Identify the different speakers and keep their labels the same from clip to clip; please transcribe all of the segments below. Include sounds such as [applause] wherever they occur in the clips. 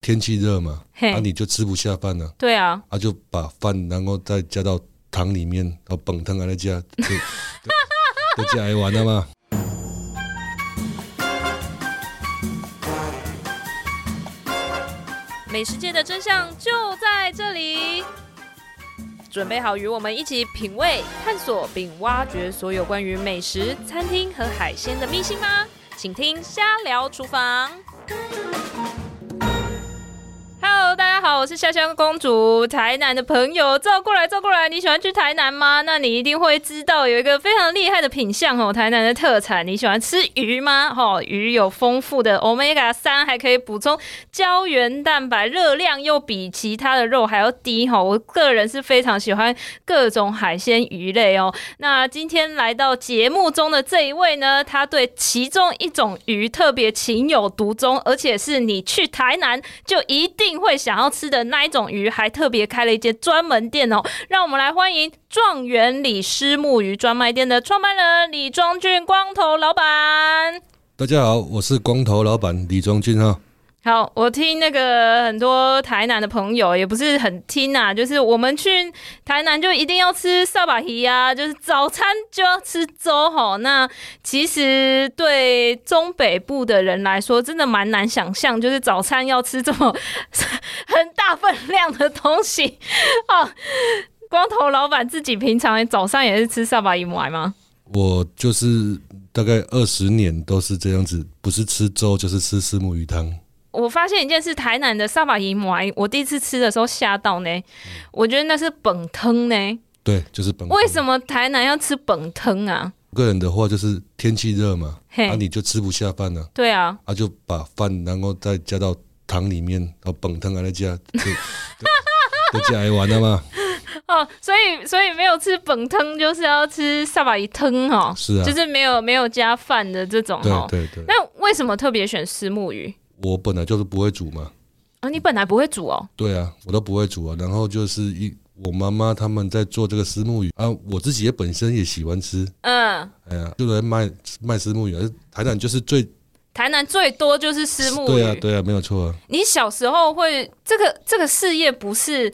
Speaker 1: 天气热嘛，
Speaker 2: 嘿
Speaker 1: 啊，你就吃不下饭了、
Speaker 2: 对啊，
Speaker 1: 啊，就把饭然后再加到汤里面，然后本汤啊再加，就 [laughs] 就就加来玩了嘛。
Speaker 2: 美食界的真相就在这里。准备好与我们一起品味、探索并挖掘所有关于美食、餐厅和海鲜的秘辛吗？请听《瞎聊厨房》。Hello，大家好，我是香香公主，台南的朋友，照过来，照过来。你喜欢去台南吗？那你一定会知道有一个非常厉害的品相哦，台南的特产。你喜欢吃鱼吗？哦，鱼有丰富的 omega 三，还可以补充胶原蛋白，热量又比其他的肉还要低哈。我个人是非常喜欢各种海鲜鱼类哦。那今天来到节目中的这一位呢，他对其中一种鱼特别情有独钟，而且是你去台南就一定会想要吃的那一种鱼，还特别开了一间专门店哦。让我们来欢迎状元李师木鱼专卖店的创办人李庄俊光头老板。
Speaker 1: 大家好，我是光头老板李庄俊哈。
Speaker 2: 好，我听那个很多台南的朋友也不是很听啊，就是我们去台南就一定要吃萨巴提啊，就是早餐就要吃粥吼。那其实对中北部的人来说，真的蛮难想象，就是早餐要吃这么 [laughs] 很大分量的东西啊。光头老板自己平常早上也是吃萨巴伊姆来吗？
Speaker 1: 我就是大概二十年都是这样子，不是吃粥就是吃虱目鱼汤。
Speaker 2: 我发现一件事，台南的萨巴伊姆来，我第一次吃的时候吓到呢，我觉得那是本汤呢。
Speaker 1: 对，就是嗯本。
Speaker 2: 为什么台南要吃本汤啊？
Speaker 1: 个人的话就是天气热嘛，
Speaker 2: 嘿
Speaker 1: 啊，你就吃不下饭了、啊，
Speaker 2: 对啊，
Speaker 1: 就把饭然后再加到汤里面，然后本汤啊再加，就 [laughs] 就就加来玩了嘛。
Speaker 2: 哦，所以所以没有吃本汤，就是要吃萨巴鱼汤哦，
Speaker 1: 是啊
Speaker 2: 就是没有没有加饭的这种
Speaker 1: 对
Speaker 2: 哦。
Speaker 1: 对对，
Speaker 2: 那为什么特别选石目鱼
Speaker 1: 我本来就是不会煮嘛，
Speaker 2: 啊？你本来不会煮哦，
Speaker 1: 对啊，我都不会煮啊。然后就是一我妈妈他们在做这个虱目鱼啊，我自己也本身也喜欢吃，
Speaker 2: 嗯，
Speaker 1: 哎呀，就来卖卖虱目鱼啊，台南就是最
Speaker 2: 台南最多就是石目鱼。
Speaker 1: 对啊对啊，没有错啊。
Speaker 2: 你小时候会这个这个事业不是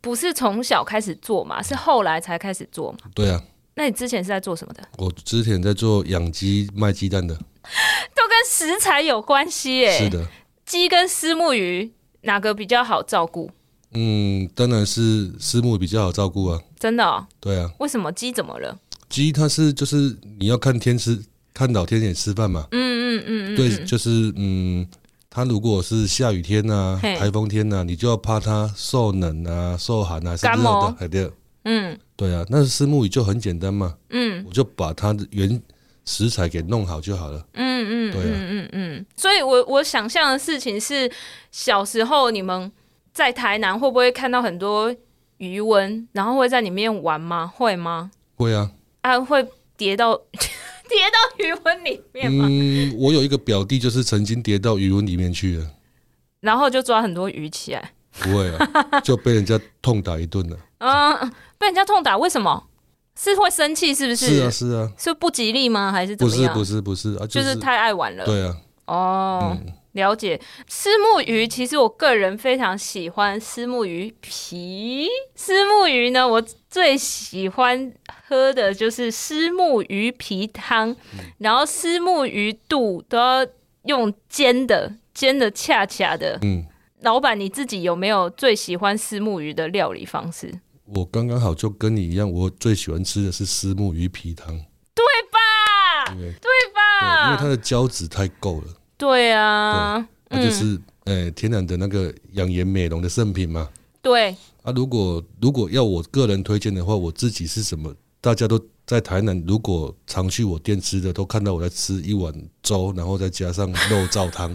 Speaker 2: 不是从小开始做嘛？是后来才开始做嘛？
Speaker 1: 对啊，
Speaker 2: 那你之前是在做什么的？
Speaker 1: 我之前在做养鸡卖鸡蛋的，
Speaker 2: [laughs] 都跟食材有关系耶、
Speaker 1: 是的，
Speaker 2: 鸡跟石目鱼哪个比较好照顾？
Speaker 1: 嗯，当然是私募比较好照顾啊。
Speaker 2: 真的、哦？
Speaker 1: 对啊，
Speaker 2: 为什么鸡怎么了？
Speaker 1: 鸡它是就是你要看天吃，看老天爷吃饭嘛。
Speaker 2: 嗯嗯嗯嗯，
Speaker 1: 对，就是嗯，它如果是下雨天呐、
Speaker 2: 嘿
Speaker 1: 台风天呐、啊你就要怕它受冷啊、受寒啊，是
Speaker 2: 感
Speaker 1: 热
Speaker 2: 冒
Speaker 1: 的，还对。
Speaker 2: 嗯
Speaker 1: 对啊，那私募鱼就很简单嘛，
Speaker 2: 嗯
Speaker 1: 我就把它的原食材给弄好就好了。
Speaker 2: 嗯嗯嗯
Speaker 1: 对啊
Speaker 2: 嗯嗯嗯。所以我我想象的事情是，小时候你们在台南会不会看到很多鱼蚊，然后会在里面玩吗？会吗？
Speaker 1: 会啊，
Speaker 2: 啊，会跌到 [laughs] 跌到鱼蚊里面吗？
Speaker 1: 嗯，我有一个表弟就是曾经跌到鱼温里面去了，
Speaker 2: 然后就抓很多鱼起来。
Speaker 1: 不会
Speaker 2: [laughs]
Speaker 1: 啊，就被人家痛打一顿了。
Speaker 2: 嗯，被人家痛打，为什么？是会生气是不 [laughs] 是？
Speaker 1: 是啊，是啊，
Speaker 2: 是不吉利吗？还是怎
Speaker 1: 不
Speaker 2: 么
Speaker 1: 是
Speaker 2: 样？
Speaker 1: 不是不是啊，
Speaker 2: 就是是太爱玩了。
Speaker 1: 对啊，嗯
Speaker 2: 哦，了解。丝木鱼，其实我个人非常喜欢丝木鱼皮。丝木鱼呢，我最喜欢喝的就是丝木鱼皮汤，
Speaker 1: 嗯
Speaker 2: 然后丝木鱼肚都要用煎的，煎的恰恰的。
Speaker 1: 嗯，
Speaker 2: 老板，你自己有没有最喜欢丝木鱼的料理方式？
Speaker 1: 我刚刚好就跟你一样，我最喜欢吃的是虱目鱼皮汤，
Speaker 2: 对吧？
Speaker 1: 对，
Speaker 2: 对
Speaker 1: 对因为
Speaker 2: 吧？
Speaker 1: 它的胶质太够了，
Speaker 2: 对啊，
Speaker 1: 它就是呃天然的那个养颜美容的圣品嘛。
Speaker 2: 对，
Speaker 1: 啊，如果如果要我个人推荐的话，我自己是什么？大家都在台南，如果常去我店吃的，都看到我在吃一碗粥，然后再加上肉燥
Speaker 2: [laughs]
Speaker 1: 汤，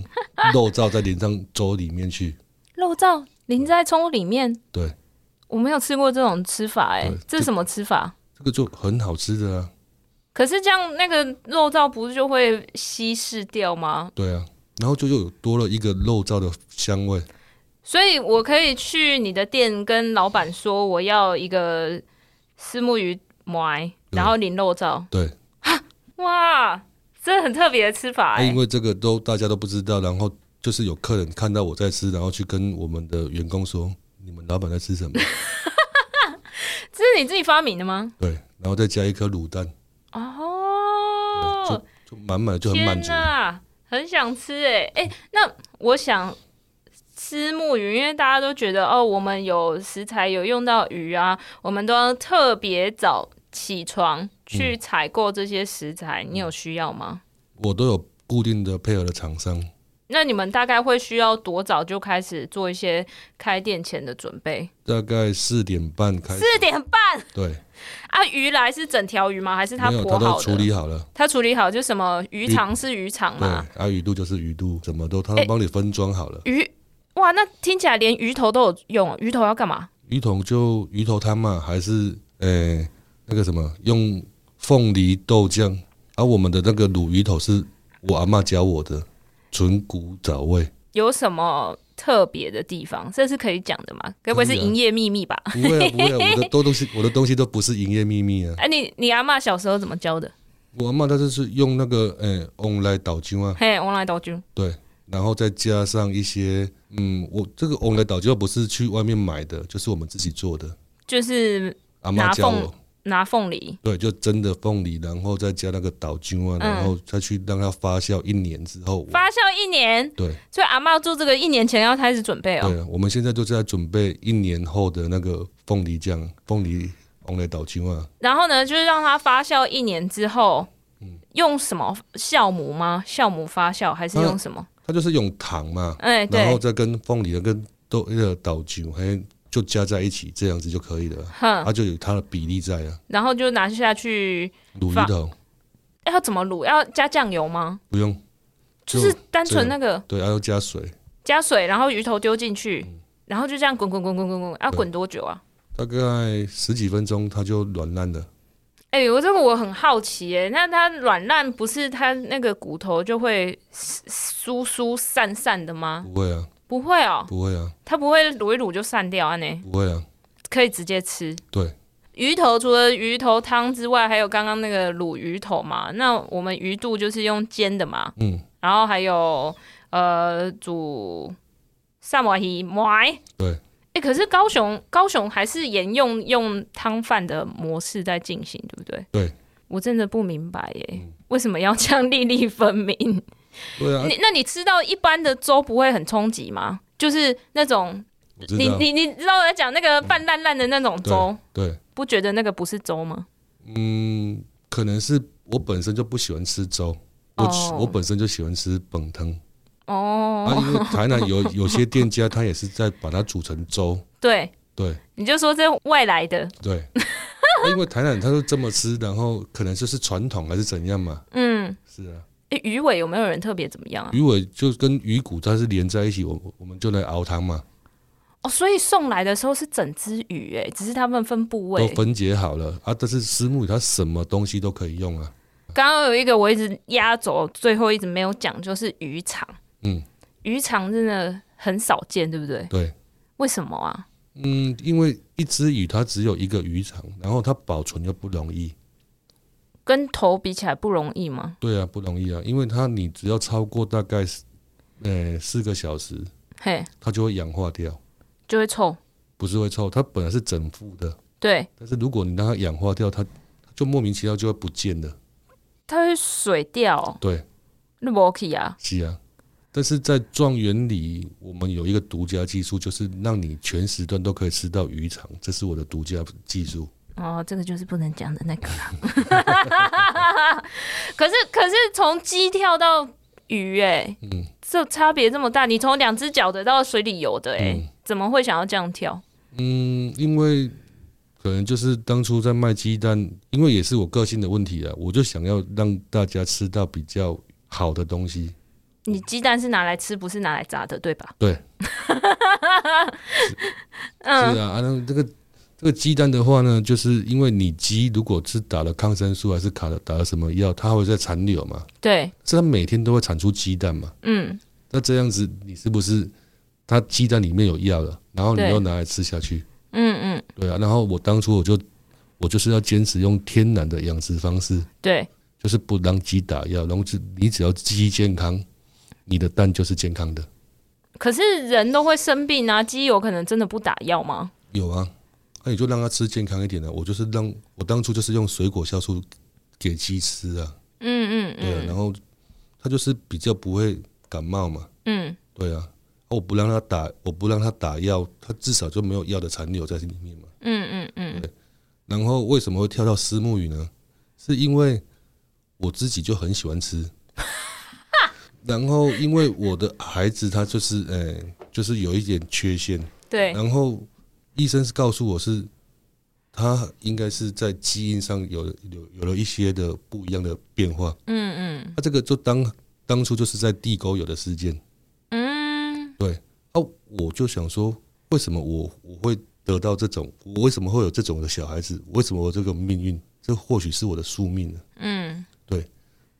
Speaker 1: 肉燥再淋上粥里面去。
Speaker 2: 肉燥淋在葱里面。
Speaker 1: 对，
Speaker 2: 我没有吃过这种吃法、哎
Speaker 1: 对，
Speaker 2: 这是什么吃法？
Speaker 1: 这个就很好吃的啊，
Speaker 2: 可是这样那个肉燥不是就会稀释掉吗？
Speaker 1: 对啊，然后就又有多了一个肉燥的香味。
Speaker 2: 所以我可以去你的店跟老板说，我要一个丝木鱼埋，然后淋肉燥。
Speaker 1: 对，
Speaker 2: 哇，这很特别的吃
Speaker 1: 啊
Speaker 2: 法、哎、
Speaker 1: 因为这个都大家都不知道，然后就是有客人看到我在吃，然后去跟我们的员工说：“你们老板在吃什么
Speaker 2: 这是你自己发明的吗？”？
Speaker 1: 对，然后再加一颗卤蛋，
Speaker 2: 哦，
Speaker 1: 就满满的就很满
Speaker 2: 天
Speaker 1: 足。
Speaker 2: 哪，很想吃哎哎，那我想吃木鱼，因为大家都觉得哦，我们有食材有用到鱼啊，我们都要特别早起床去采购这些食材，
Speaker 1: 嗯
Speaker 2: 你有需要吗？
Speaker 1: 我都有固定的配合的厂商，
Speaker 2: 那你们大概会需要多早就开始做一些开店前的准备？
Speaker 1: 大概四点半开始，
Speaker 2: 四点半
Speaker 1: 对，
Speaker 2: 啊，鱼来是整条鱼吗？还是他
Speaker 1: 没有
Speaker 2: 剥
Speaker 1: 他
Speaker 2: 好
Speaker 1: 都
Speaker 2: 的？
Speaker 1: 处理好了。
Speaker 2: 他处理好就什么鱼肠是鱼肠
Speaker 1: 对
Speaker 2: 嘛，，
Speaker 1: 啊，鱼肚就是鱼肚，什么都
Speaker 2: 哎
Speaker 1: 他都帮你分装好了。
Speaker 2: 鱼哇，那听起来连鱼头都有用，鱼头要干嘛？
Speaker 1: 鱼头就鱼头汤嘛，还是呃、那个什么，用凤梨豆浆。而、我们的那个卤鱼头是我阿嬷教我的，纯古早味。
Speaker 2: [laughs] 有什么特别的地方？这是可以讲的吗？该不会是
Speaker 1: 可以啊
Speaker 2: 营业秘密吧？ [laughs]
Speaker 1: 不会啊，不会啊，我的都东西，我的东西都不是营业秘密啊。
Speaker 2: 哎、你你阿嬷小时候怎么教的？
Speaker 1: 我阿嬷她就是用那个呃，翁来倒酒啊，
Speaker 2: 嘿，我来刀君，
Speaker 1: 对，然后再加上一些嗯，我这个翁来倒酒不是去外面买的，就是我们自己做的。
Speaker 2: 就是
Speaker 1: 阿
Speaker 2: 拿
Speaker 1: 嬷教
Speaker 2: 凤
Speaker 1: 我，
Speaker 2: 拿凤梨，
Speaker 1: 对，就真的凤梨，然后再加那个倒菌啊，然后再去让它发酵一年之后，我
Speaker 2: 嗯发酵一年，
Speaker 1: 对
Speaker 2: 所以阿嬷做这个一年前要开始准备哦。
Speaker 1: 对，啊我们现在就是在准备一年后的那个凤梨酱，凤梨红来倒菌啊，
Speaker 2: 然后呢，就是让它发酵一年之后，用什么酵母吗？酵母发酵还是
Speaker 1: 嗯
Speaker 2: 用什么？
Speaker 1: 它就是用糖嘛，
Speaker 2: 哎、
Speaker 1: 然后
Speaker 2: 对，
Speaker 1: 再跟凤梨的跟豆那个倒菌，还就加在一起，这样子就可以了，啊
Speaker 2: 哼，
Speaker 1: 它就有它的比例在啊，
Speaker 2: 然后就拿下去，
Speaker 1: 卤
Speaker 2: 放
Speaker 1: 鱼头
Speaker 2: 要怎么卤？要加酱油吗？
Speaker 1: 不用，
Speaker 2: 就
Speaker 1: 就是
Speaker 2: 单
Speaker 1: 这
Speaker 2: 纯
Speaker 1: 样
Speaker 2: 那个
Speaker 1: 对，还啊要加水，
Speaker 2: 加水，然后鱼头丢进去，然后就这样滚滚滚滚滚滚，要滚多久啊？
Speaker 1: 大概十几分钟它就软烂了。
Speaker 2: 哎、我这个我很好奇哎、那它软烂不是它那个骨头就会酥酥散散的吗？
Speaker 1: 不会啊，
Speaker 2: 不会哦，
Speaker 1: 不会啊，
Speaker 2: 它不会卤一卤就散掉啊呢。
Speaker 1: 不会啊，
Speaker 2: 可以直接吃。
Speaker 1: 对，
Speaker 2: 鱼头除了鱼头汤之外，还有刚刚那个卤鱼头嘛。那我们鱼肚就是用煎的嘛，
Speaker 1: 嗯，
Speaker 2: 然后还有呃煮萨摩鱼麦。
Speaker 1: 对
Speaker 2: 哎、可是高雄高雄还是沿用用汤饭的模式在进行，对不对？
Speaker 1: 对，
Speaker 2: 我真的不明白耶、为什么要这样粒粒分明？
Speaker 1: 对啊，
Speaker 2: 你那你吃到一般的粥不会很冲击吗？就是那种
Speaker 1: 我知
Speaker 2: 你
Speaker 1: 道，
Speaker 2: 你你知道我在讲那个半烂烂的那种粥。
Speaker 1: 对。
Speaker 2: 不觉得那个不是粥吗？
Speaker 1: 嗯，可能是我本身就不喜欢吃粥，我吃、
Speaker 2: 哦
Speaker 1: 我本身就喜欢吃本汤、
Speaker 2: 哦，
Speaker 1: 啊，因为台南有有些店家他也是在把它煮成粥，
Speaker 2: 对，
Speaker 1: 对
Speaker 2: 你就说这外来的，
Speaker 1: 对，啊因为台南他就这么吃，然后可能就是传统还是怎样嘛，
Speaker 2: 嗯，
Speaker 1: 是啊，
Speaker 2: 诶鱼尾有没有人特别怎么样啊？
Speaker 1: 鱼尾就跟鱼骨它是连在一起，我我们就来熬汤嘛，
Speaker 2: 哦，所以送来的时候是整只鱼，哎，只是他们分部
Speaker 1: 都
Speaker 2: 位。
Speaker 1: 分解好了啊，但是石木鱼它什么东西都可以用啊，
Speaker 2: 刚刚有一个我一直压轴，最后一直没有讲，就是鱼肠，
Speaker 1: 嗯，
Speaker 2: 鱼肠真的很少见，对不对？
Speaker 1: 对。
Speaker 2: 为什么啊？
Speaker 1: 嗯，因为一只鱼它只有一个鱼肠，然后它保存又不容易，
Speaker 2: 跟头比起来不容易吗？
Speaker 1: 对啊，不容易啊，因为它你只要超过大概四，呃，四个小时，
Speaker 2: 嘿，
Speaker 1: 它就会氧化掉，
Speaker 2: 就会臭。
Speaker 1: 不是会臭，它本来是整副的，
Speaker 2: 对，
Speaker 1: 但是如果你让它氧化掉，它它就莫名其妙就会不见了。
Speaker 2: 它会水掉，
Speaker 1: 对，
Speaker 2: 那不 OK 啊？
Speaker 1: 是啊。但是在状元里，我们有一个独家技术，就是让你全时段都可以吃到鱼肠，这是我的独家技术。
Speaker 2: 哦，这个就是不能讲的那个啦。 [laughs] 可是，可是从鸡跳到鱼、哎，
Speaker 1: 嗯
Speaker 2: 这差别这么大，你从两只脚的到水里游的、哎、
Speaker 1: 嗯
Speaker 2: 怎么会想要这样跳？
Speaker 1: 嗯，因为可能就是当初在卖鸡蛋，因为也是我个性的问题啊，我就想要让大家吃到比较好的东西。
Speaker 2: 你鸡蛋是拿来吃，不是拿来炸的，对吧？
Speaker 1: 对，
Speaker 2: 嗯
Speaker 1: 是啊，啊，那这个这个鸡蛋的话呢，就是因为你鸡如果是打了抗生素还是打了打了什么药，它会在残留嘛，
Speaker 2: 对，
Speaker 1: 是它每天都会产出鸡蛋嘛。
Speaker 2: 嗯，
Speaker 1: 那这样子，你是不是它鸡蛋里面有药了，然后你
Speaker 2: 对
Speaker 1: 又拿来吃下去？
Speaker 2: 嗯嗯，
Speaker 1: 对啊，然后我当初我就我就是要坚持用天然的养殖方式，
Speaker 2: 对，
Speaker 1: 就是不让鸡打药，然后只你只要鸡健康，你的蛋就是健康的。
Speaker 2: 可是人都会生病啊，鸡有可能真的不打药吗？
Speaker 1: 有啊，那、你就让它吃健康一点的、啊我就是让我当初就是用水果酵素给鸡吃啊，
Speaker 2: 嗯
Speaker 1: 对啊，然后它就是比较不会感冒嘛，
Speaker 2: 嗯
Speaker 1: 对啊。啊我不让它打，我不让它打药，它至少就没有药的残留在里面嘛。
Speaker 2: 嗯嗯嗯嗯，
Speaker 1: 然后为什么会跳到虱目鱼呢？是因为我自己就很喜欢
Speaker 2: [laughs]
Speaker 1: 吃，然后因为我的孩子他就是呃、就是有一点缺陷，
Speaker 2: 对，
Speaker 1: 然后医生是告诉我是他应该是在基因上有有有了一些的不一样的变化，
Speaker 2: 嗯嗯
Speaker 1: 他这个就当当初就是在地沟油的事件
Speaker 2: 嗯
Speaker 1: 哦，我就想说为什么我我会得到这种，我为什么会有这种的小孩子，为什么我这个命运，这或许是我的宿命呢？啊
Speaker 2: 嗯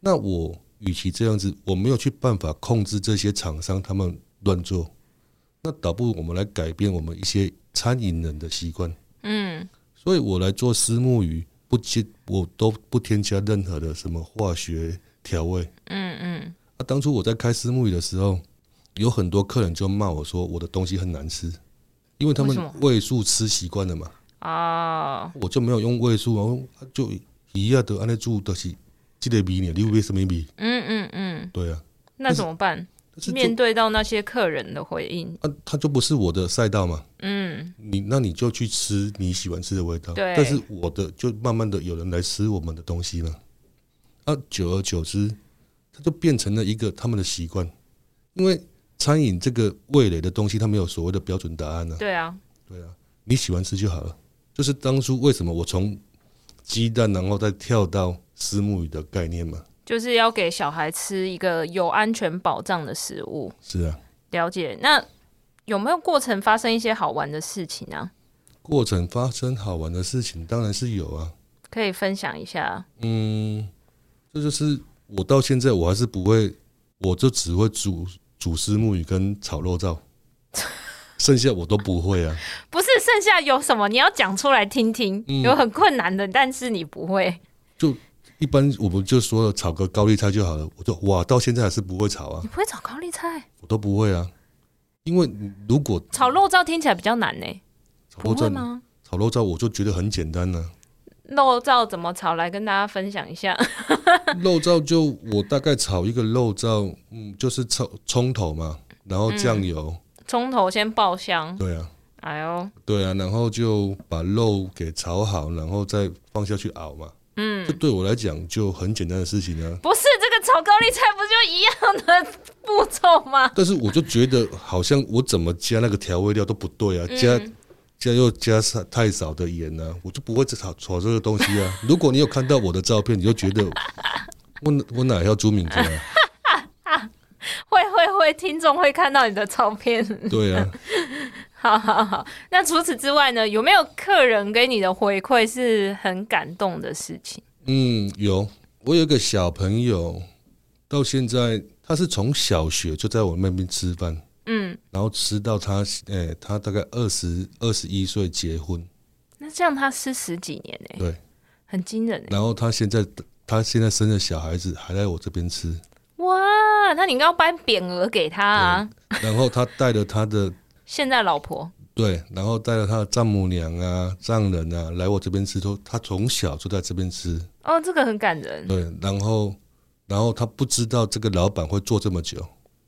Speaker 1: 那我与其这样子，我没有去办法控制这些厂商他们乱做，那倒不如我们来改变我们一些餐饮人的习惯。
Speaker 2: 嗯
Speaker 1: 所以我来做虱目鱼，不加我都不添加任何的什么化学调味。
Speaker 2: 嗯嗯，
Speaker 1: 啊，当初我在开虱目鱼的时候，有很多客人就骂我说我的东西很难吃，因为他
Speaker 2: 为
Speaker 1: 们
Speaker 2: 什么
Speaker 1: 味素吃习惯了嘛，
Speaker 2: 哦，
Speaker 1: 我就没有用味素，然后啊就一样的按那煮的是这个米呢，你为什么米？
Speaker 2: 嗯嗯嗯，
Speaker 1: 对啊，
Speaker 2: 那怎么办？
Speaker 1: 但是就
Speaker 2: 面对到那些客人的回应，
Speaker 1: 啊，它就不是我的赛道嘛，
Speaker 2: 嗯
Speaker 1: 你那你就去吃你喜欢吃的味道。
Speaker 2: 对
Speaker 1: 但是我的就慢慢的有人来吃我们的东西了，啊，久而久之，它就变成了一个他们的习惯，因为餐饮这个味蕾的东西，它没有所谓的标准答案呢、
Speaker 2: 对啊，
Speaker 1: 对啊，你喜欢吃就好了。就是当初为什么我从鸡蛋，然后再跳到丝木鱼的概念嘛？
Speaker 2: 就是要给小孩吃一个有安全保障的食物。
Speaker 1: 是啊，
Speaker 2: 了解。那有没有过程发生一些好玩的事情啊？
Speaker 1: 过程发生好玩的事情当然是有啊。
Speaker 2: 可以分享一下。
Speaker 1: 嗯，这就是我到现在我还是不会，我就只会煮煮丝木鱼跟炒肉燥，剩下我都不会啊。
Speaker 2: 不是剩下有什么你要讲出来听听，有很困难的，但是你不会。
Speaker 1: 一般我们就说了炒个高丽菜就好了，我就哇到现在还是不会炒啊
Speaker 2: 你，不会炒高丽菜，
Speaker 1: 我都不会啊。因为如果
Speaker 2: 炒肉燥听起来比较难呢、
Speaker 1: 炒
Speaker 2: 不
Speaker 1: 肉
Speaker 2: 会
Speaker 1: 燥，
Speaker 2: 吗？
Speaker 1: 炒肉燥我就觉得很简单啊了、
Speaker 2: 肉燥怎么炒？来跟大家分享一下。 [laughs]
Speaker 1: 肉燥就我大概炒一个肉燥，嗯，就是炒葱头嘛，然
Speaker 2: 嗯
Speaker 1: 后酱油，
Speaker 2: 葱头先爆香，
Speaker 1: 对啊，
Speaker 2: 哎呦，
Speaker 1: 对啊，然后就把肉给炒好，然后再放下去熬嘛。嗯，这对我来讲就很简单的事情啊。
Speaker 2: 不是这个炒高丽菜不就一样的步骤吗？ [laughs]
Speaker 1: 但是我就觉得好像我怎么加那个调味料都不对啊，加加又加少太少的盐啊，我就不会炒炒这个东西啊。如果你有看到我的照片，你就觉得我我哪要朱敏哲啊？
Speaker 2: 会会会，听众会看到你的照片。 [laughs]
Speaker 1: 对啊，
Speaker 2: 好好好，那除此之外呢，有没有客人给你的回馈是很感动的事情？
Speaker 1: 嗯，有。我有一个小朋友，到现在他是从小学就在我那边吃饭，
Speaker 2: 嗯，
Speaker 1: 然后吃到他，诶、他大概二十二十一岁结婚，
Speaker 2: 那这样他吃十几年呢、
Speaker 1: 对，
Speaker 2: 很惊人呢、
Speaker 1: 然后他现在他现在生了小孩子，还来我这边吃，
Speaker 2: 哇，那你应该要颁匾额给他啊！
Speaker 1: 然后他带了他的 [laughs]
Speaker 2: 现在老婆，
Speaker 1: 对，然后带了他的丈母娘啊、丈人啊来我这边吃，都他从小就在这边吃，
Speaker 2: 哦，这个很感人，
Speaker 1: 对，然后然后他不知道这个老板会做这么久，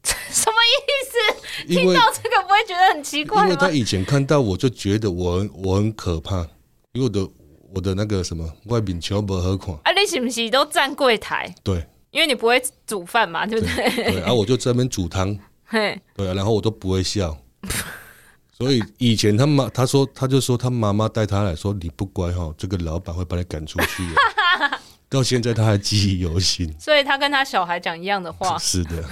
Speaker 2: 什么意思？
Speaker 1: 因
Speaker 2: 听
Speaker 1: 为
Speaker 2: 到这个不会觉得很奇
Speaker 1: 因
Speaker 2: 怪啊
Speaker 1: 为他
Speaker 2: 吗？
Speaker 1: 以前看到我就觉得我很我很可怕，因为我的我的那个什么外饼全部合款，
Speaker 2: 啊，你是不是都站柜台？
Speaker 1: 对
Speaker 2: 因为你不会煮
Speaker 1: [laughs]
Speaker 2: 饭嘛，对不对？
Speaker 1: 对，然后、我就在那边煮汤。
Speaker 2: 嘿，
Speaker 1: 对啊，然后我都不会
Speaker 2: [laughs]
Speaker 1: 笑。所以以前他妈，他说他就说他妈妈带他来说你不乖哈、这个老板会把你赶出去的。
Speaker 2: [laughs]
Speaker 1: 到现在他还记忆犹新。，
Speaker 2: 所以他跟他小孩讲一样的
Speaker 1: [laughs]
Speaker 2: 话
Speaker 1: 是的，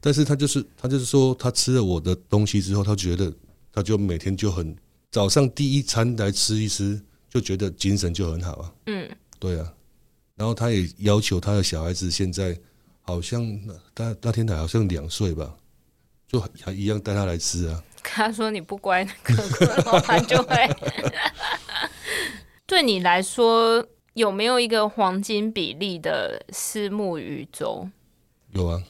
Speaker 1: 但是他就是他就是说他吃了我的东西之后，他觉得他就每天就很早上第一餐来吃一吃，就觉得精神就很好啊。
Speaker 2: 嗯，
Speaker 1: 对啊，然后他也要求他的小孩子现在好像他那天才好像两岁吧，就还一样带他来吃啊。
Speaker 2: 跟他说你不乖，那个老板就会。 [laughs] 对你来说，有没有一个黄金比例的私募鱼粥？
Speaker 1: 有啊，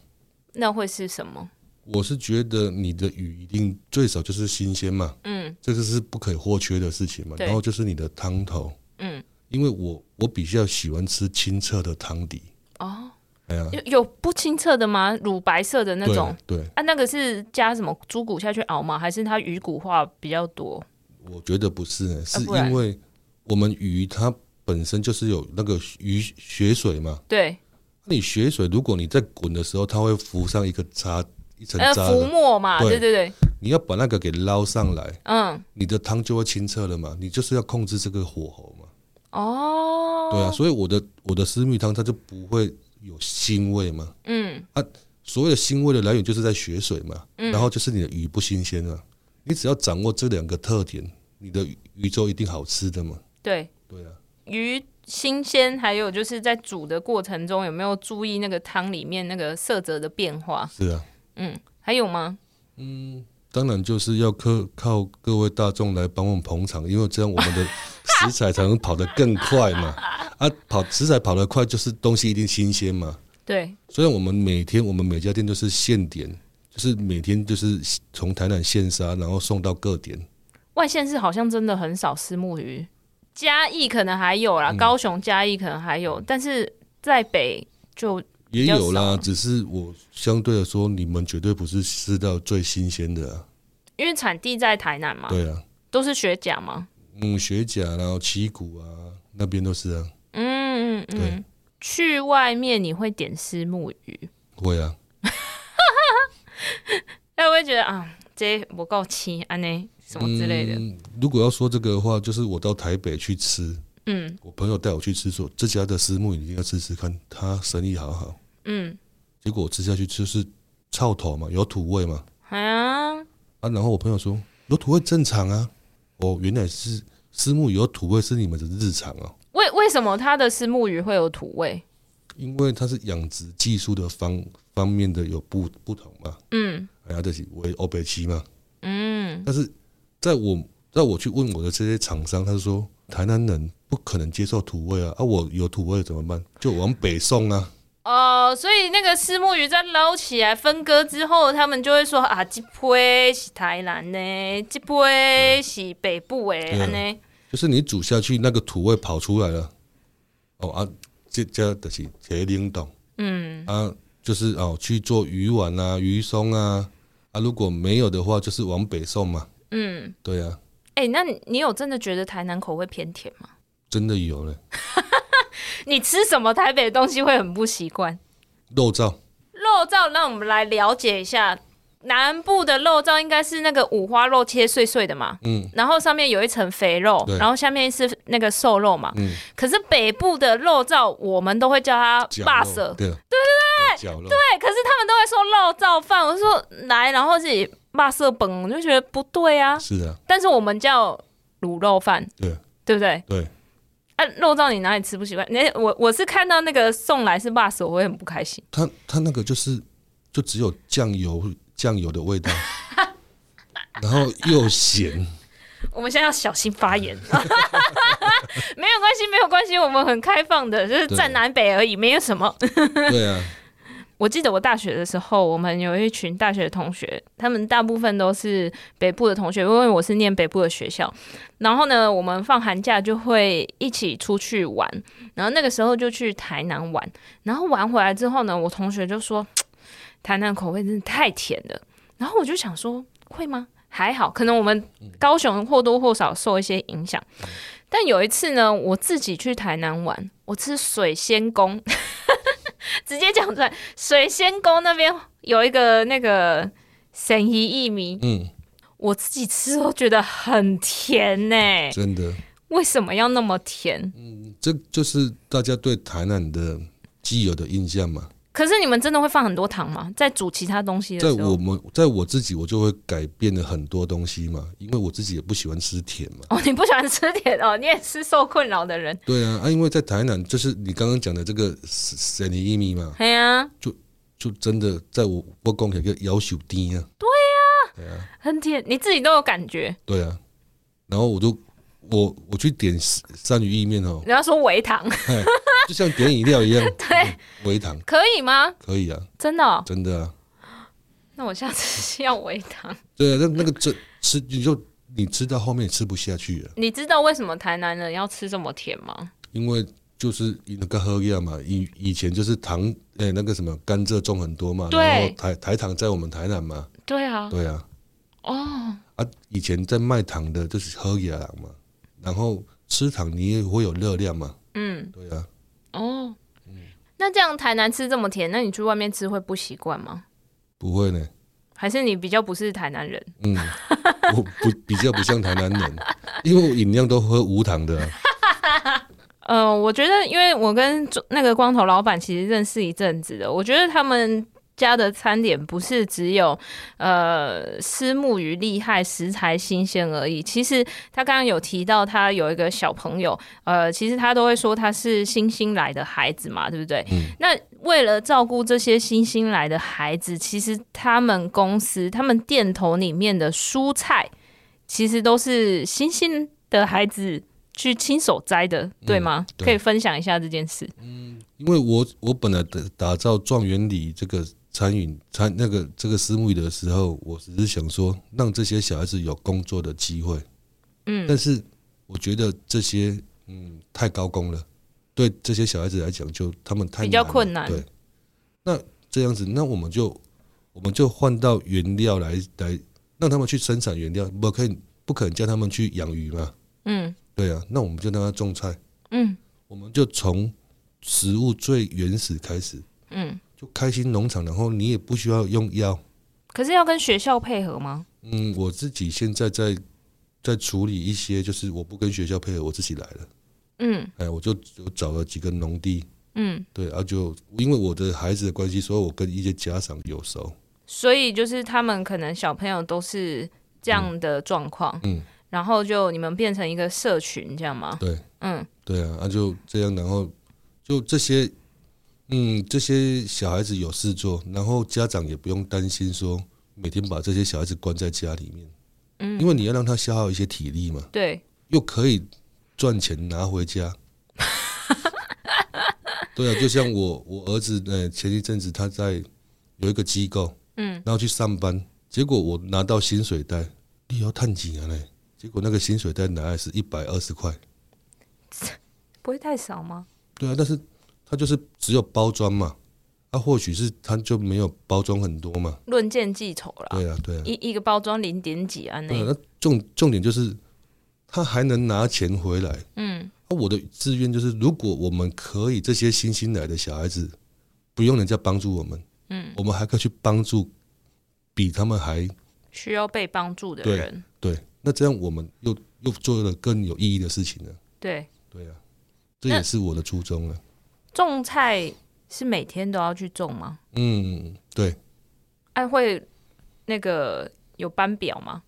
Speaker 2: 那会是什么？
Speaker 1: 我是觉得你的鱼一定最少就是新鲜嘛，
Speaker 2: 嗯
Speaker 1: 这个是不可或缺的事情嘛。
Speaker 2: 对
Speaker 1: 然后就是你的汤头，
Speaker 2: 嗯，
Speaker 1: 因为我我比较喜欢吃清澈的汤底。
Speaker 2: 哦，
Speaker 1: 哎呀，
Speaker 2: 有有不清澈的吗？乳白色的那种
Speaker 1: 对对，
Speaker 2: 啊？那个是加什么猪骨下去熬吗？还是它鱼骨化比较多？
Speaker 1: 我觉得不是、是
Speaker 2: 呃不然
Speaker 1: 因为我们鱼它本身就是有那个鱼血水嘛。
Speaker 2: 对，
Speaker 1: 那你血水，如果你在滚的时候，它会浮上一个渣一层
Speaker 2: 呃，
Speaker 1: 渣
Speaker 2: 浮
Speaker 1: 的，
Speaker 2: 沫嘛，对
Speaker 1: 对
Speaker 2: 对对，
Speaker 1: 你要把那个给捞上来，
Speaker 2: 嗯，
Speaker 1: 你的汤就会清澈了嘛。你就是要控制这个火候嘛。
Speaker 2: 哦，
Speaker 1: 对啊，所以我的我的私密汤它就不会有腥味嘛。啊
Speaker 2: 嗯，
Speaker 1: 所谓的腥味的来源就是在血水嘛，然后就是你的鱼不新鲜啊。你只要掌握这两个特点，你的鱼鱼粥一定好吃的嘛。
Speaker 2: 对，
Speaker 1: 对啊，
Speaker 2: 鱼新鲜，还有就是在煮的过程中有没有注意那个汤里面那个色泽的变化？
Speaker 1: 是啊，
Speaker 2: 嗯，还有吗？
Speaker 1: 当然就是要靠靠各位大众来帮我们捧场，因为这样我们的食材才能跑得更快
Speaker 2: [laughs]
Speaker 1: 嘛。啊，跑食材跑得快，就是东西一定新鲜嘛。
Speaker 2: 对，
Speaker 1: 虽然我们每天我们每家店都是现点，就是每天就是从台南现杀，然后送到各点。
Speaker 2: 外县市好像真的很少吃木鱼，嘉义可能还有
Speaker 1: 嗯
Speaker 2: 啦，高雄嘉义可能还有，但是在北就
Speaker 1: 也有
Speaker 2: 比较少
Speaker 1: 啦，只是我相对来说，你们绝对不是吃到最新鲜的、啊，
Speaker 2: 因为产地在台南嘛，
Speaker 1: 对啊，
Speaker 2: 都是雪甲嘛，
Speaker 1: 嗯，雪甲，然后旗鼓啊，那边都是啊，
Speaker 2: 嗯嗯嗯
Speaker 1: 对。
Speaker 2: 去外面你会点虱目鱼，
Speaker 1: 会啊，
Speaker 2: 那我会觉得啊，这不够吃安呢什么之类的，
Speaker 1: 嗯。如果要说这个的话，就是我到台北去吃，
Speaker 2: 嗯
Speaker 1: 我朋友带我去吃说这家的私木你一定要吃吃看，他生意好好。
Speaker 2: 嗯，
Speaker 1: 结果我吃下去就是臭头嘛，有土味嘛，
Speaker 2: 啊，
Speaker 1: 啊，然后我朋友说有土味正常啊，哦，原来是私木有土味是你们的日常哦、
Speaker 2: 为为什么它的虱目鱼会有土味？
Speaker 1: 因为它是养殖技术的方方面的有不不同嘛，
Speaker 2: 嗯
Speaker 1: 哎呀，这是为欧北七嘛。
Speaker 2: 嗯，
Speaker 1: 但是在我在我去问我的这些厂商，他说台南人不可能接受土味啊，啊，我有土味怎么办？就往北送啊，
Speaker 2: 哦，所以那个虱目鱼在捞起来分割之后，他们就会说啊，这批是台南呢，这批是北部诶，
Speaker 1: 对啊
Speaker 2: 安呢，
Speaker 1: 就是你煮下去那个土味跑出来了，哦啊，这这就是铁领导
Speaker 2: 嗯，
Speaker 1: 啊，就是哦去做鱼丸啊、鱼松啊，啊，如果没有的话，就是往北送嘛，嗯，对啊，
Speaker 2: 哎、那你你有真的觉得台南口味偏甜吗？
Speaker 1: 真的有嘞，
Speaker 2: 你吃什么台北的东西会很不习惯？
Speaker 1: 肉燥。
Speaker 2: 肉燥，让我们来了解一下。南部的肉燥应该是那个五花肉切碎碎的嘛，
Speaker 1: 嗯，
Speaker 2: 然后上面有一层肥肉，
Speaker 1: 对
Speaker 2: 然后下面是那个瘦肉嘛。
Speaker 1: 嗯
Speaker 2: 可是北部的肉燥，我们都会叫它
Speaker 1: 绞
Speaker 2: 霸
Speaker 1: 肉
Speaker 2: 色，
Speaker 1: 对对对绞肉，对
Speaker 2: 对，可是他们都会说肉燥饭，我就说来，然后自己骂色本，我就觉得不对啊。
Speaker 1: 是啊，
Speaker 2: 但是我们叫卤肉饭，
Speaker 1: 对
Speaker 2: 对不对？
Speaker 1: 对，
Speaker 2: 啊，肉燥你哪里吃不习惯？那我我是看到那个送来是骂色，我会很不开心。
Speaker 1: 它它那个就是就只有酱油酱油的 [laughs] 味道，然后又咸，
Speaker 2: 我们现在要小心发言，没有关系，没有关系，我们很开放的，就是
Speaker 1: 对
Speaker 2: 站南北而已，没有什么。
Speaker 1: 对啊，
Speaker 2: 我记得我大学的时候，我们有一群大学同学，他们大部分都是北部的同学，因为我是念北部的学校。然后呢，我们放寒假就会一起出去玩，然后那个时候就去台南玩，然后玩回来之后呢，我同学就说台南口味真的太甜了，然后我就想说会吗？还好，可能我们高雄或多或少受一些影响。但有一次呢，我自己去台南玩，我吃水仙宫， [laughs] 直接讲出来，水仙宫那边有一个那个神怡薏米，
Speaker 1: 嗯，
Speaker 2: 我自己吃都觉得很甜呢、
Speaker 1: 真的，
Speaker 2: 为什么要那么甜？
Speaker 1: 嗯这就是大家对台南的既有的印象嘛。
Speaker 2: 可是你们真的会放很多糖吗？在煮其他东西的
Speaker 1: 在
Speaker 2: 时候
Speaker 1: 我，们在我自己，我就会改变了很多东西嘛，因为我自己也不喜欢吃甜嘛。
Speaker 2: 哦，你不喜欢吃甜哦，你 [laughs] 也是受困扰的人。
Speaker 1: 对啊，啊，因为在台南就是你刚刚讲的这个神尼伊米嘛，
Speaker 2: 哎呀，
Speaker 1: 就真的在我我讲起来叫摇手丁啊。
Speaker 2: 很甜，你自己都有感觉。，
Speaker 1: 对啊，然后我就我我去点鳝鳝鱼意面哦
Speaker 2: 你要说微糖 [laughs]
Speaker 1: 哎就像点饮料一样，
Speaker 2: 对
Speaker 1: 微糖
Speaker 2: 可以吗？
Speaker 1: 可以啊，
Speaker 2: 真的哦、
Speaker 1: 真的啊，
Speaker 2: 那我下次要微糖。 [laughs]
Speaker 1: 对啊，那那个这吃你就你吃到后面也吃不下去了，
Speaker 2: 你知道为什么台南人要吃这么甜吗？
Speaker 1: 因为就是那个喝药嘛，以以前就是糖诶、那个什么甘蔗种很多嘛，
Speaker 2: 对
Speaker 1: 然后台台糖在我们台南嘛，
Speaker 2: 对啊，
Speaker 1: 对啊，
Speaker 2: 哦，
Speaker 1: 啊以前在卖糖的就是喝牙糖嘛，然后吃糖你也会有热量嘛，
Speaker 2: 嗯，
Speaker 1: 对啊，
Speaker 2: 哦，那这样台南吃这么甜，那你去外面吃会不习惯吗？
Speaker 1: 不会呢，
Speaker 2: 还是你比较不是台南人？
Speaker 1: 嗯，我不比较不像台南人，因为我饮料都喝无糖的啊、
Speaker 2: 呃，我觉得，因为我跟中那个光头老板其实认识一阵子的，我觉得他们家的餐点不是只有呃虱目鱼厉害、食材新鲜而已。其实他刚刚有提到，他有一个小朋友，呃，其实他都会说他是新兴来的孩子嘛，对不对？那为了照顾这些新兴来的孩子，其实他们公司、他们店头里面的蔬菜，其实都是新兴的孩子去亲手摘的，对吗？
Speaker 1: 对
Speaker 2: 可以分享一下这件事。
Speaker 1: 因为我我本来打打造状元里这个餐饮餐那个这个私募的时候，我只是想说让这些小孩子有工作的机会，嗯，但是我觉得这些嗯太高工了，对这些小孩子来讲就他们太
Speaker 2: 比较
Speaker 1: 了
Speaker 2: 困难
Speaker 1: 对，那这样子，那我们就我们就换到原料来来让他们去生产原料，不可以不可能叫他们去养鱼嘛，
Speaker 2: 嗯
Speaker 1: 对啊，那我们就让他种菜，
Speaker 2: 嗯
Speaker 1: 我们就从食物最原始开始。
Speaker 2: 嗯，
Speaker 1: 就开心农场，然后你也不需要用药。
Speaker 2: 可是要跟学校配合吗？
Speaker 1: 嗯，我自己现在在在处理一些，就是我不跟学校配合，我自己来了。
Speaker 2: 嗯
Speaker 1: 哎，我就我找了几个农地，
Speaker 2: 嗯，
Speaker 1: 对，啊就因为我的孩子的关系，所以我跟一些家长有熟。
Speaker 2: 所以就是他们可能小朋友都是这样的状况，
Speaker 1: 嗯，
Speaker 2: 然后就你们变成一个社群，这样吗？
Speaker 1: 对，
Speaker 2: 嗯
Speaker 1: 对啊，啊就这样，然后就这些，嗯，这些小孩子有事做，然后家长也不用担心说每天把这些小孩子关在家里面，嗯，因为你要让他消耗一些体力嘛。
Speaker 2: 对，
Speaker 1: 又可以赚钱拿回家。对啊，就像我我儿子，呃，前一阵子他在有一个机构，嗯，然后去上班，结果我拿到薪水袋，你要探几啊嘞？结果那个薪水袋拿来是一百二十块，
Speaker 2: 不会太少吗？
Speaker 1: 对啊，但是他就是只有包装嘛，他、或许是他就没有包装很多嘛，
Speaker 2: 论件计酬啦，
Speaker 1: 对啊，对啊，
Speaker 2: 一一个包装零点几啊，
Speaker 1: 对啊，
Speaker 2: 那
Speaker 1: 那重重点就是他还能拿钱回来，
Speaker 2: 嗯
Speaker 1: 那我的志愿就是，如果我们可以这些新兴来的小孩子不用人家帮助我们，嗯，我们还可以去帮助比他们还
Speaker 2: 需要被帮助的
Speaker 1: 对
Speaker 2: 人，
Speaker 1: 对，那这样我们又又做了更有意义的事情了。
Speaker 2: 对，
Speaker 1: 对啊，这也是我的初衷了。
Speaker 2: 种菜是每天都要去种吗？
Speaker 1: 嗯，对，
Speaker 2: 哎、会那个有班表吗？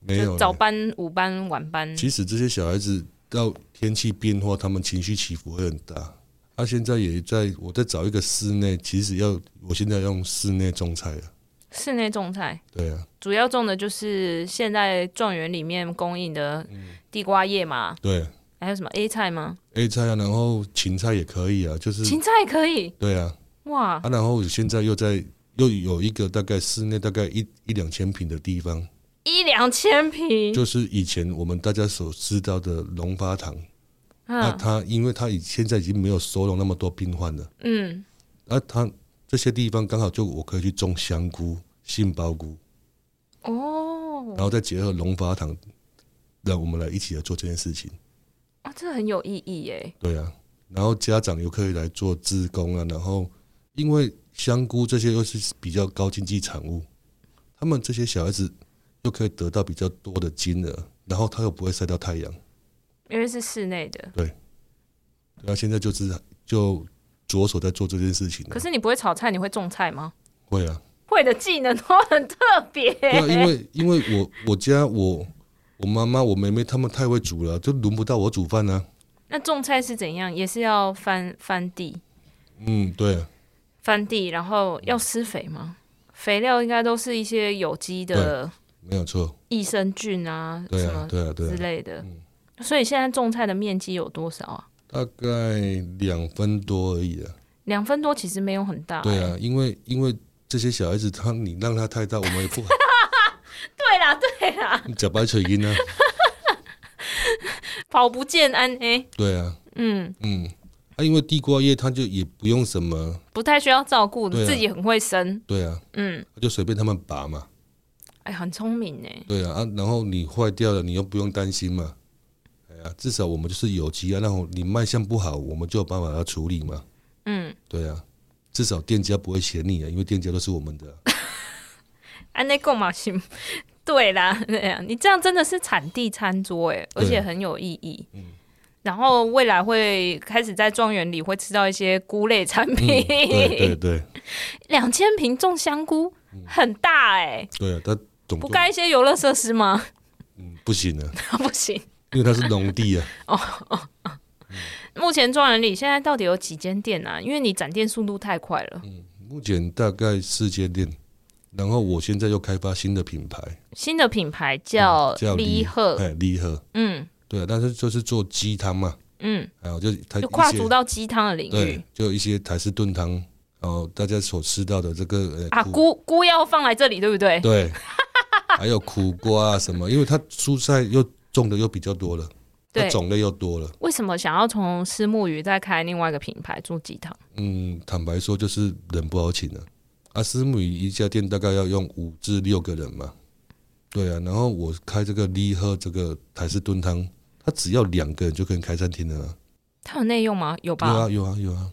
Speaker 1: 没有
Speaker 2: 就
Speaker 1: 了
Speaker 2: 早班、午班、晚班。
Speaker 1: 其实这些小孩子到天气变化，他们情绪起伏会很大。他、现在也在我在找一个室内，其实要我现在要用室内种菜了。
Speaker 2: 室内种菜
Speaker 1: 对啊，
Speaker 2: 主要种的就是现在状元里面供应的
Speaker 1: 嗯
Speaker 2: 地瓜叶嘛，
Speaker 1: 对啊
Speaker 2: 还有什么 A 菜吗？
Speaker 1: A 菜啊，然后芹菜也可以啊，就是
Speaker 2: 芹菜可以
Speaker 1: 对啊，
Speaker 2: 哇，
Speaker 1: 啊，然后现在又在又有一个大概室内大概一一两千平的地方，
Speaker 2: 一两千嗯平，
Speaker 1: 就是以前我们大家所知道的龙发堂。那、
Speaker 2: 嗯
Speaker 1: 它因为它已现在已经没有收容那么多病患了，
Speaker 2: 嗯，
Speaker 1: 啊，它这些地方刚好就我可以去种香菇、杏鲍菇，
Speaker 2: 哦
Speaker 1: 然，后再结合龙发堂，让我们来一起来做这件事情。
Speaker 2: 啊，这很有意义耶。
Speaker 1: 对啊，然后家长又可以来做志工啊，然后因为香菇这些又是比较高经济产物，他们这些小孩子又可以得到比较多的金额，然后他又不会晒到太阳。
Speaker 2: 因为是室内的，
Speaker 1: 对啊，现在就是就着手在做这件事情、
Speaker 2: 可
Speaker 1: 啊。
Speaker 2: 是你不会炒菜，你会种菜吗？
Speaker 1: 会啊，
Speaker 2: 会的技能都很特别。
Speaker 1: 对啊，因为因为我我家我我妈妈我妹妹她们太会煮了，就轮不到我煮饭啊。
Speaker 2: 那种菜是怎样？也是要翻翻地，
Speaker 1: 嗯，对啊，
Speaker 2: 翻地，然后
Speaker 1: 嗯
Speaker 2: 要施肥吗？肥料应该都是一些有机的
Speaker 1: 没有错。
Speaker 2: 益生菌啊，
Speaker 1: 对
Speaker 2: 什
Speaker 1: 啊
Speaker 2: 么，
Speaker 1: 对啊，对
Speaker 2: 之
Speaker 1: 啊，
Speaker 2: 类的。所以现在种菜的面积有多少啊？
Speaker 1: 大概两分多而已啊。啊
Speaker 2: 两分多其实没有很大、欸
Speaker 1: 对啊，因为因为这些小孩子他你让他太大，我们也不好
Speaker 2: [laughs] 对啦，对啦，
Speaker 1: 假白扯音
Speaker 2: [laughs]
Speaker 1: 啊，
Speaker 2: 跑不见安哎、
Speaker 1: 对啊，
Speaker 2: 嗯，
Speaker 1: 嗯，啊，因为地瓜叶它就也不用什么，
Speaker 2: 不太需要照顾，
Speaker 1: 对啊
Speaker 2: 自己很会生，
Speaker 1: 对啊，
Speaker 2: 嗯，
Speaker 1: 就随便他们拔嘛，
Speaker 2: 哎，很聪明哎、
Speaker 1: 对啊，啊，然后你坏掉了，你又不用担心嘛，哎呀，至少我们就是有机啊，然后你卖相不好，我们就有办法要处理嘛，
Speaker 2: 嗯，
Speaker 1: 对啊，至少店家不会嫌你啊，因为店家都是我们的啊、
Speaker 2: 安内够嘛行。 [laughs] 对啦，对呀、你这样真的是产地餐桌哎、而
Speaker 1: 对
Speaker 2: 且很有意义。然后未来会开始在庄园里会吃到一些菇类产 [laughs]
Speaker 1: 嗯，
Speaker 2: 品，
Speaker 1: 对对对
Speaker 2: 两千瓶种香菇很大哎、
Speaker 1: 对啊，它总
Speaker 2: 不盖一些游乐设施吗？
Speaker 1: 嗯不行啊，
Speaker 2: [laughs] 不行。
Speaker 1: 因为它是农地啊，
Speaker 2: 目前庄园里现在到底有几间店啊？因为你展店速度太快了，
Speaker 1: 目前大概四间店，然后我现在又开发新的品牌，
Speaker 2: 新的品牌叫
Speaker 1: 嗯叫
Speaker 2: 利
Speaker 1: 利
Speaker 2: 赫，
Speaker 1: 哎，利赫，
Speaker 2: 嗯
Speaker 1: 对啊，但是就是做鸡汤嘛，
Speaker 2: 嗯，
Speaker 1: 还有就是它
Speaker 2: 就跨
Speaker 1: 一些
Speaker 2: 足到鸡汤的领域
Speaker 1: 对，就有一些台式炖汤，然后大家所吃到的这个
Speaker 2: 啊。，
Speaker 1: 呃
Speaker 2: 菇菇要放来这里，对不对？
Speaker 1: 对，还有苦瓜啊什么，因为它蔬菜又种的又比较多了，它
Speaker 2: 对，
Speaker 1: 种类又多了。
Speaker 2: 为什么想要从石木鱼再开另外一个品牌做鸡汤？
Speaker 1: 嗯，坦白说就是人不好请了、啊。阿斯姆一家店大概要用五至六个人嘛，对啊。然后我开这个利喝这个台式炖汤，它只要两个人就可以开餐厅了、啊。
Speaker 2: 它有内用吗？有吧？
Speaker 1: 有啊，有啊，有啊。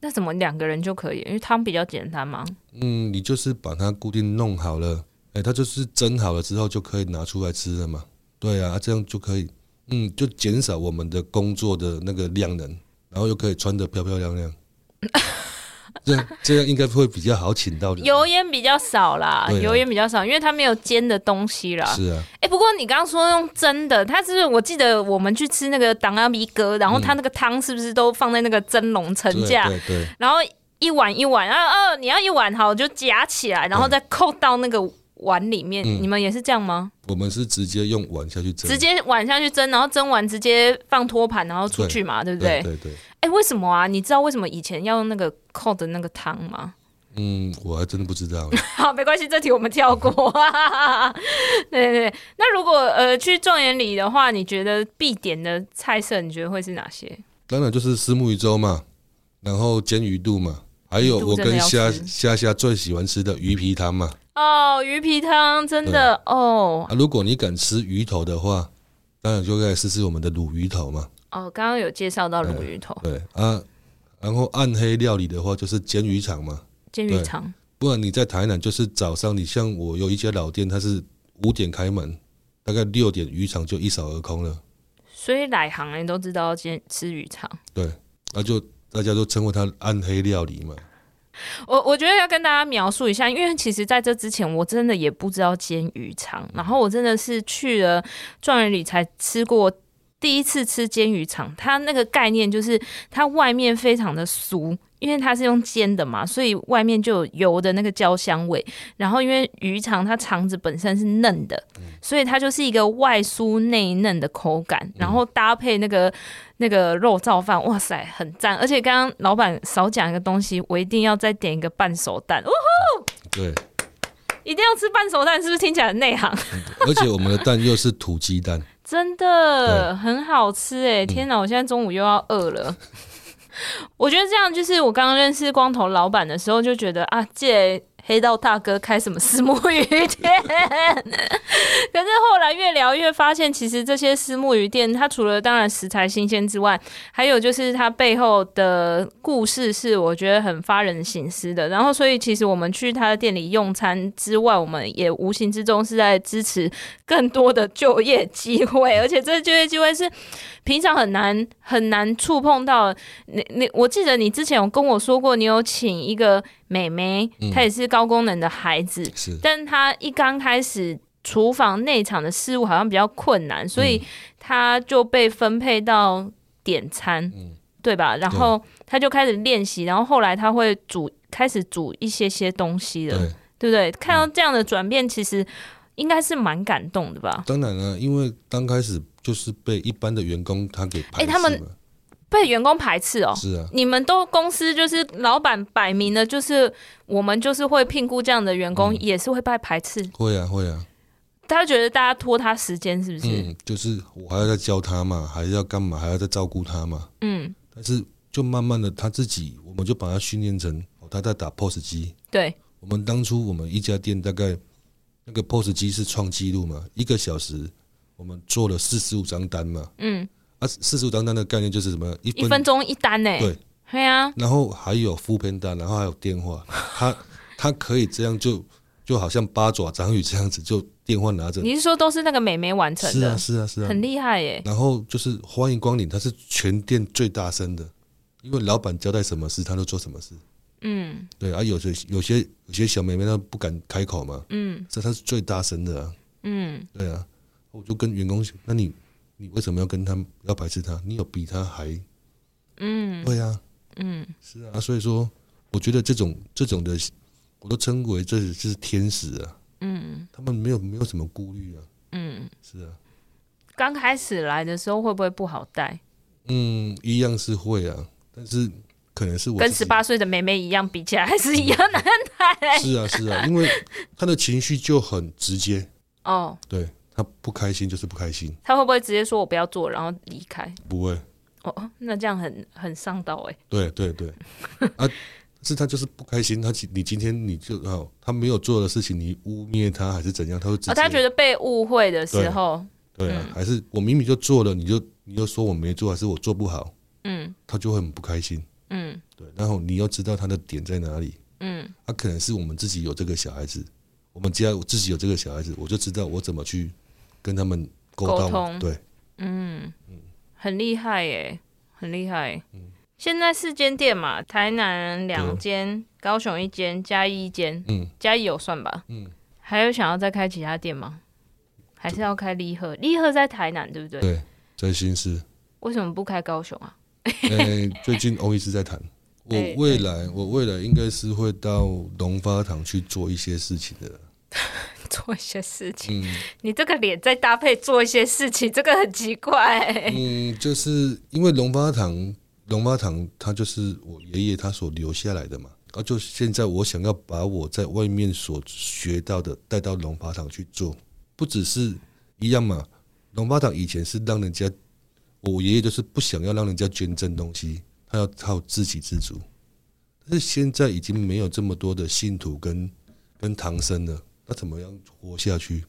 Speaker 2: 那怎么两个人就可以？因为汤比较简单嘛。
Speaker 1: 嗯，你就是把它固定弄好了，哎、它就是蒸好了之后就可以拿出来吃了嘛。对啊，啊这样就可以，嗯，就减少我们的工作的那个量能，然后又可以穿得漂漂亮亮。这样这样应该会比较好请到人。
Speaker 2: 油烟比较少啦，
Speaker 1: 对啊
Speaker 2: 油烟比较少，因为它没有煎的东西啦。
Speaker 1: 是啊，
Speaker 2: 哎、不过你刚刚说用蒸的，它是不是我记得我们去吃那个党阿米哥，然后它那个汤是不是都放在那个蒸笼层
Speaker 1: 嗯对
Speaker 2: 架，
Speaker 1: 对对，
Speaker 2: 然后一碗一碗，啊哦，你要一碗好，我就夹起来，然后再扣到那个碗里面。
Speaker 1: 嗯
Speaker 2: 你们也是这样吗？
Speaker 1: 我们是直接用碗下去蒸，
Speaker 2: 直接碗下去蒸，然后蒸完直接放托盘，然后出去嘛，对不
Speaker 1: 对
Speaker 2: 对？
Speaker 1: 对对，
Speaker 2: 哎、为什么啊？你知道为什么以前要用那个扣的那个汤吗？
Speaker 1: 嗯，我还真的不知道，
Speaker 2: [laughs] 好，没关系，这题我们跳过。 [laughs] 对对对，那如果呃去状元里的话，你觉得必点的菜色，你觉得会是哪些？
Speaker 1: 当然就是虱目鱼粥嘛，然后煎鱼肚嘛，还有
Speaker 2: 鱼肚
Speaker 1: 我
Speaker 2: 真的
Speaker 1: 跟
Speaker 2: 要
Speaker 1: 虾
Speaker 2: 吃
Speaker 1: 虾虾最喜欢吃的鱼皮汤嘛。
Speaker 2: 哦，鱼皮汤真的哦
Speaker 1: 啊，如果你敢吃鱼头的话，当然就可以试试我们的卤鱼头嘛。
Speaker 2: 哦，刚刚有介绍到鲈鱼头、
Speaker 1: 对啊，然后暗黑料理的话就是煎鱼肠嘛。
Speaker 2: 煎鱼肠，
Speaker 1: 不然你在台南就是早上，你像我有一家老店，它是五点开门，大概六点鱼肠就一扫而空了。
Speaker 2: 所以来行人都知道要煎吃鱼肠。
Speaker 1: 对，那、就大家都称呼它暗黑料理嘛。
Speaker 2: 我我觉得要跟大家描述一下，因为其实在这之前我真的也不知道煎鱼肠，然后我真的是去了状元里才吃过。第一次吃煎鱼肠，它那个概念就是它外面非常的酥，因为它是用煎的嘛，所以外面就有油的那个焦香味。然后因为鱼肠它肠子本身是嫩的，所以它就是一个外酥内嫩的口感，然后搭配那个那个肉燥饭，哇塞，很赞！而且刚刚老板少讲一个东西，我一定要再点一个半熟蛋，哦，
Speaker 1: 对，
Speaker 2: 一定要吃半熟蛋，是不是听起来很内行？ [laughs]
Speaker 1: 而且我们的蛋又是土鸡蛋，
Speaker 2: 真的很好吃哎！天哪，我现在中午又要饿了。 [laughs] 我觉得这样就是我刚认识光头老板的时候，就觉得啊，借黑道大哥开什么私募鱼店？ [laughs] 可是后来越聊越发现，其实这些私募鱼店，它除了当然食材新鲜之外，还有就是它背后的故事是我觉得很发人省思的。然后，所以其实我们去他的店里用餐之外，我们也无形之中是在支持更多的就业机会，而且这就业机会是平常很难很难触碰到的。你你，我记得你之前有跟我说过，你有请一个妹妹，她也是高功能的孩子，
Speaker 1: 是
Speaker 2: 但她一刚开始。厨房内场的事务好像比较困难，所
Speaker 1: 嗯
Speaker 2: 以她就被分配到点餐，
Speaker 1: 嗯
Speaker 2: 对吧？然后她就开始练习，然后后来她会煮，开始煮一些些东西了。
Speaker 1: 对。嗯
Speaker 2: 对不对？看到这样的转变，其实应该是蛮感动的吧？
Speaker 1: 啊当然了、因为刚开始就是被一般的员工他给排斥
Speaker 2: 哎他们
Speaker 1: 嘛
Speaker 2: 被员工排斥哦。
Speaker 1: 是啊，
Speaker 2: 你们都公司就是老板摆明了，就是我们就是会聘雇这样的员工，
Speaker 1: 嗯
Speaker 2: 也是会被排斥。
Speaker 1: 会啊会啊，
Speaker 2: 他觉得大家拖他时间，是不是？
Speaker 1: 嗯，就是我还要再教他嘛，还要干嘛，还要再照顾他嘛。
Speaker 2: 嗯，
Speaker 1: 但是就慢慢的他自己，我们就把他训练成哦他在打 POS 机。
Speaker 2: 对，
Speaker 1: 我们当初我们一家店大概那个 POS 机是创纪录嘛，一个小时我们做了四十五张单嘛，
Speaker 2: 嗯，
Speaker 1: 啊，四十五张单的概念就是什么？一
Speaker 2: 一分钟一单呢、欸
Speaker 1: 对，
Speaker 2: 对啊，
Speaker 1: 然后还有副片单，然后还有电话， [laughs] 他他可以这样就就好像八爪章鱼这样子，就电话拿着，
Speaker 2: 你是说都是那个美眉完成
Speaker 1: 是
Speaker 2: 的，
Speaker 1: 啊是啊是啊
Speaker 2: 很，厉害耶、
Speaker 1: 然后就是欢迎光临，他是全店最大声的，因为老板交代什么事，他就做什么事。
Speaker 2: 嗯
Speaker 1: 对啊，有些有些有些小妹妹她不敢开口嘛，
Speaker 2: 嗯
Speaker 1: 这她是最大声的啊，
Speaker 2: 嗯，
Speaker 1: 对啊，我就跟员工说，那你你为什么要跟他要排斥他？你有比他还
Speaker 2: 嗯
Speaker 1: 对啊，
Speaker 2: 嗯，
Speaker 1: 是啊，所以说，我觉得这种这种的，我都称为这是这是天使啊。嗯，他们没有没有什么顾虑啊。
Speaker 2: 嗯，
Speaker 1: 是啊，
Speaker 2: 刚开始来的时候会不会不好带？
Speaker 1: 嗯，一样是会啊，但是可能是我
Speaker 2: 跟
Speaker 1: 自己
Speaker 2: 十八岁的妹妹一样比起来，还是一样 [laughs] 难带、
Speaker 1: 是啊是
Speaker 2: [laughs]
Speaker 1: 啊，因为他的情绪就很直接，
Speaker 2: 哦，
Speaker 1: 对他不开心就是不开心，
Speaker 2: 他会不会直接说我不要做，然后离开？
Speaker 1: 不会，
Speaker 2: 哦，那这样很很上道哎、
Speaker 1: 对对对，啊，是他就是不开心，他今你今天你就哦，他没有做的事情，你污蔑他还是怎样，他会直接、
Speaker 2: 哦，他觉得嗯被误会的时候，
Speaker 1: 对啊，还是我明明就做了，你就你又说我没做，还是我做不好，
Speaker 2: 嗯
Speaker 1: 他就会很不开心。
Speaker 2: 嗯
Speaker 1: 对，然后你要知道他的点在哪里。
Speaker 2: 嗯
Speaker 1: 他、可能是我们自己有这个小孩子，我们家我自己有这个小孩子，我就知道我怎么去跟他们沟
Speaker 2: 沟
Speaker 1: 通。
Speaker 2: 通
Speaker 1: 对，
Speaker 2: 嗯，很厉害哎、很厉害、
Speaker 1: 嗯
Speaker 2: 现在四间店嘛，台南两间，高雄一间，嘉义一间，
Speaker 1: 嗯，
Speaker 2: 嘉义有算吧？
Speaker 1: 嗯，
Speaker 2: 还有想要再开其他店吗？还是要开利赫？利赫在台南对不对？
Speaker 1: 对，在心思。
Speaker 2: 为什么不开高雄啊？ [laughs]
Speaker 1: 呃、最近欧医师在谈，我
Speaker 2: 对
Speaker 1: 未来我未来应该是会到龙发堂去做一些事情的啦。
Speaker 2: 做一些事情，
Speaker 1: 嗯
Speaker 2: 你这个脸再搭配做一些事情，这个很奇怪、欸。
Speaker 1: 嗯，就是因为龙发堂，龙发堂它就是我爷爷他所留下来的嘛。啊，就现在我想要把我在外面所学到的带到龙发堂去做，不只是一样嘛。龙发堂以前是让人家，我爷爷就是不想要让人家捐赠东西，他要靠自给自足。但是现在已经没有这么多的信徒跟跟唐僧了，那怎么样活下去？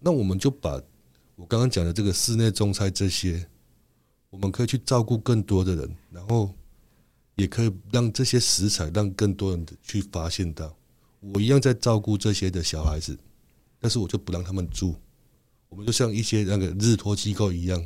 Speaker 1: 那我们就把我刚刚讲的这个室内种菜这些，我们可以去照顾更多的人，然后也可以让这些食材让更多人去发现到。我一样在照顾这些的小孩子，但是我就不让他们住，我们就像一些那个日托机构一样，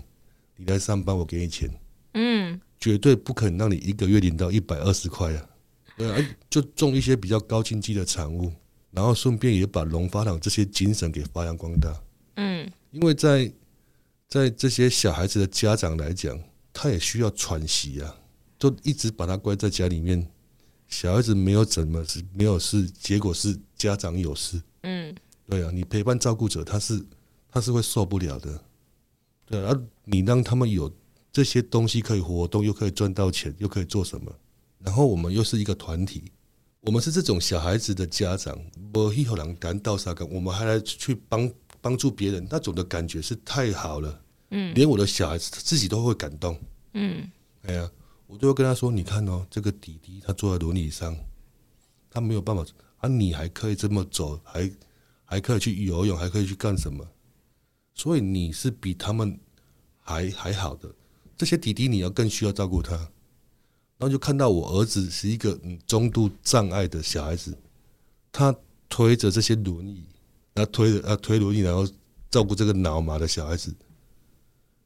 Speaker 1: 你来上班我给你钱，
Speaker 2: 嗯，
Speaker 1: 绝对不可能让你一个月领到一百二十块啊！对啊，就种一些比较高经济的产物，然后顺便也把龙发堂这些精神给发扬光大。
Speaker 2: 嗯，
Speaker 1: 因为在在这些小孩子的家长来讲，他也需要喘息啊，就一直把他关在家里面，小孩子没有怎么是没有事，结果是家长有事。
Speaker 2: 嗯，
Speaker 1: 对啊，你陪伴照顾者，他是他是会受不了的。对啊，啊你让他们有这些东西可以活动，又可以赚到钱，又可以做什么？然后我们又是一个团体，我们是这种小孩子的家长，我一口人敢到啥干，我们还来去帮帮助别人，那种的感觉是太好了。嗯，连我的小孩子自己都会感动。嗯，哎呀，我就会跟他说：“你看哦，这个弟弟他坐在轮椅上，他没有办法啊，你还可以这么走，还还可以去游泳，还可以去干什么？所以你是比他们还还好的。这些弟弟你要更需要照顾他。然后就看到我儿子是一个嗯中度障碍的小孩子，他推着这些轮椅，然后推着啊推轮椅，然后照顾这个脑麻的小孩子。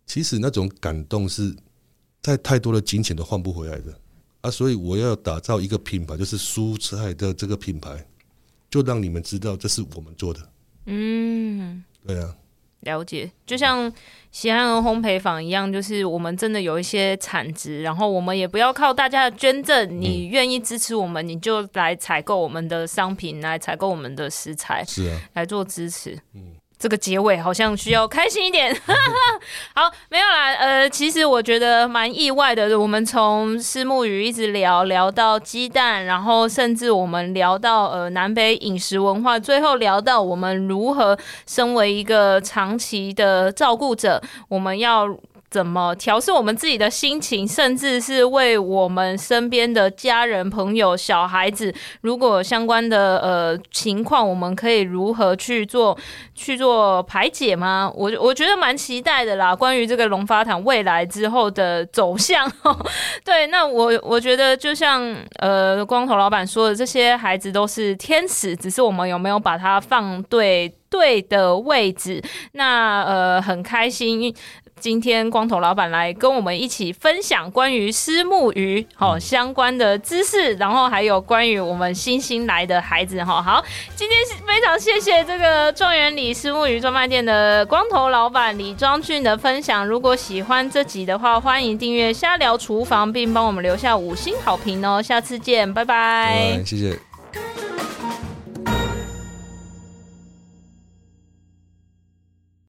Speaker 1: 其实那种感动是在太多的金钱都换不回来的啊！所以我要打造一个品牌，就是蔬菜的这个品牌，就让你们知道这是我们做的。
Speaker 2: 嗯，
Speaker 1: 对啊，
Speaker 2: 了解，就像喜憨儿烘焙坊一样，就是我们真的有一些产值，然后我们也不要靠大家的捐赠，
Speaker 1: 嗯
Speaker 2: 你愿意支持我们，你就来采购我们的商品，来采购我们的食材，
Speaker 1: 是啊，
Speaker 2: 来做支持。这个结尾好像需要开心一点。 [laughs] 好，没有啦，呃，其实我觉得蛮意外的。我们从石木鱼一直聊聊到鸡蛋，然后甚至我们聊到呃南北饮食文化，最后聊到我们如何身为一个长期的照顾者，我们要怎么调试我们自己的心情，甚至是为我们身边的家人、朋友、小孩子，如果有相关的呃情况，我们可以如何去做去做排解吗？我我觉得蛮期待的啦。关于这个龙发堂未来之后的走向， [laughs] 对，那我我觉得就像呃光头老板说的，这些孩子都是天使，只是我们有没有把它放对对的位置？那呃很开心。今天光头老板来跟我们一起分享关于虱目鱼好、相关的知识，然后还有关于我们新新来的孩子哈。好，今天是非常谢谢这个状元里虱目鱼专卖店的光头老板李庄俊的分享。如果喜欢这集的话，欢迎订阅《瞎聊厨房》，并帮我们留下五星好评哦。下次见，拜拜
Speaker 1: 拜拜谢谢。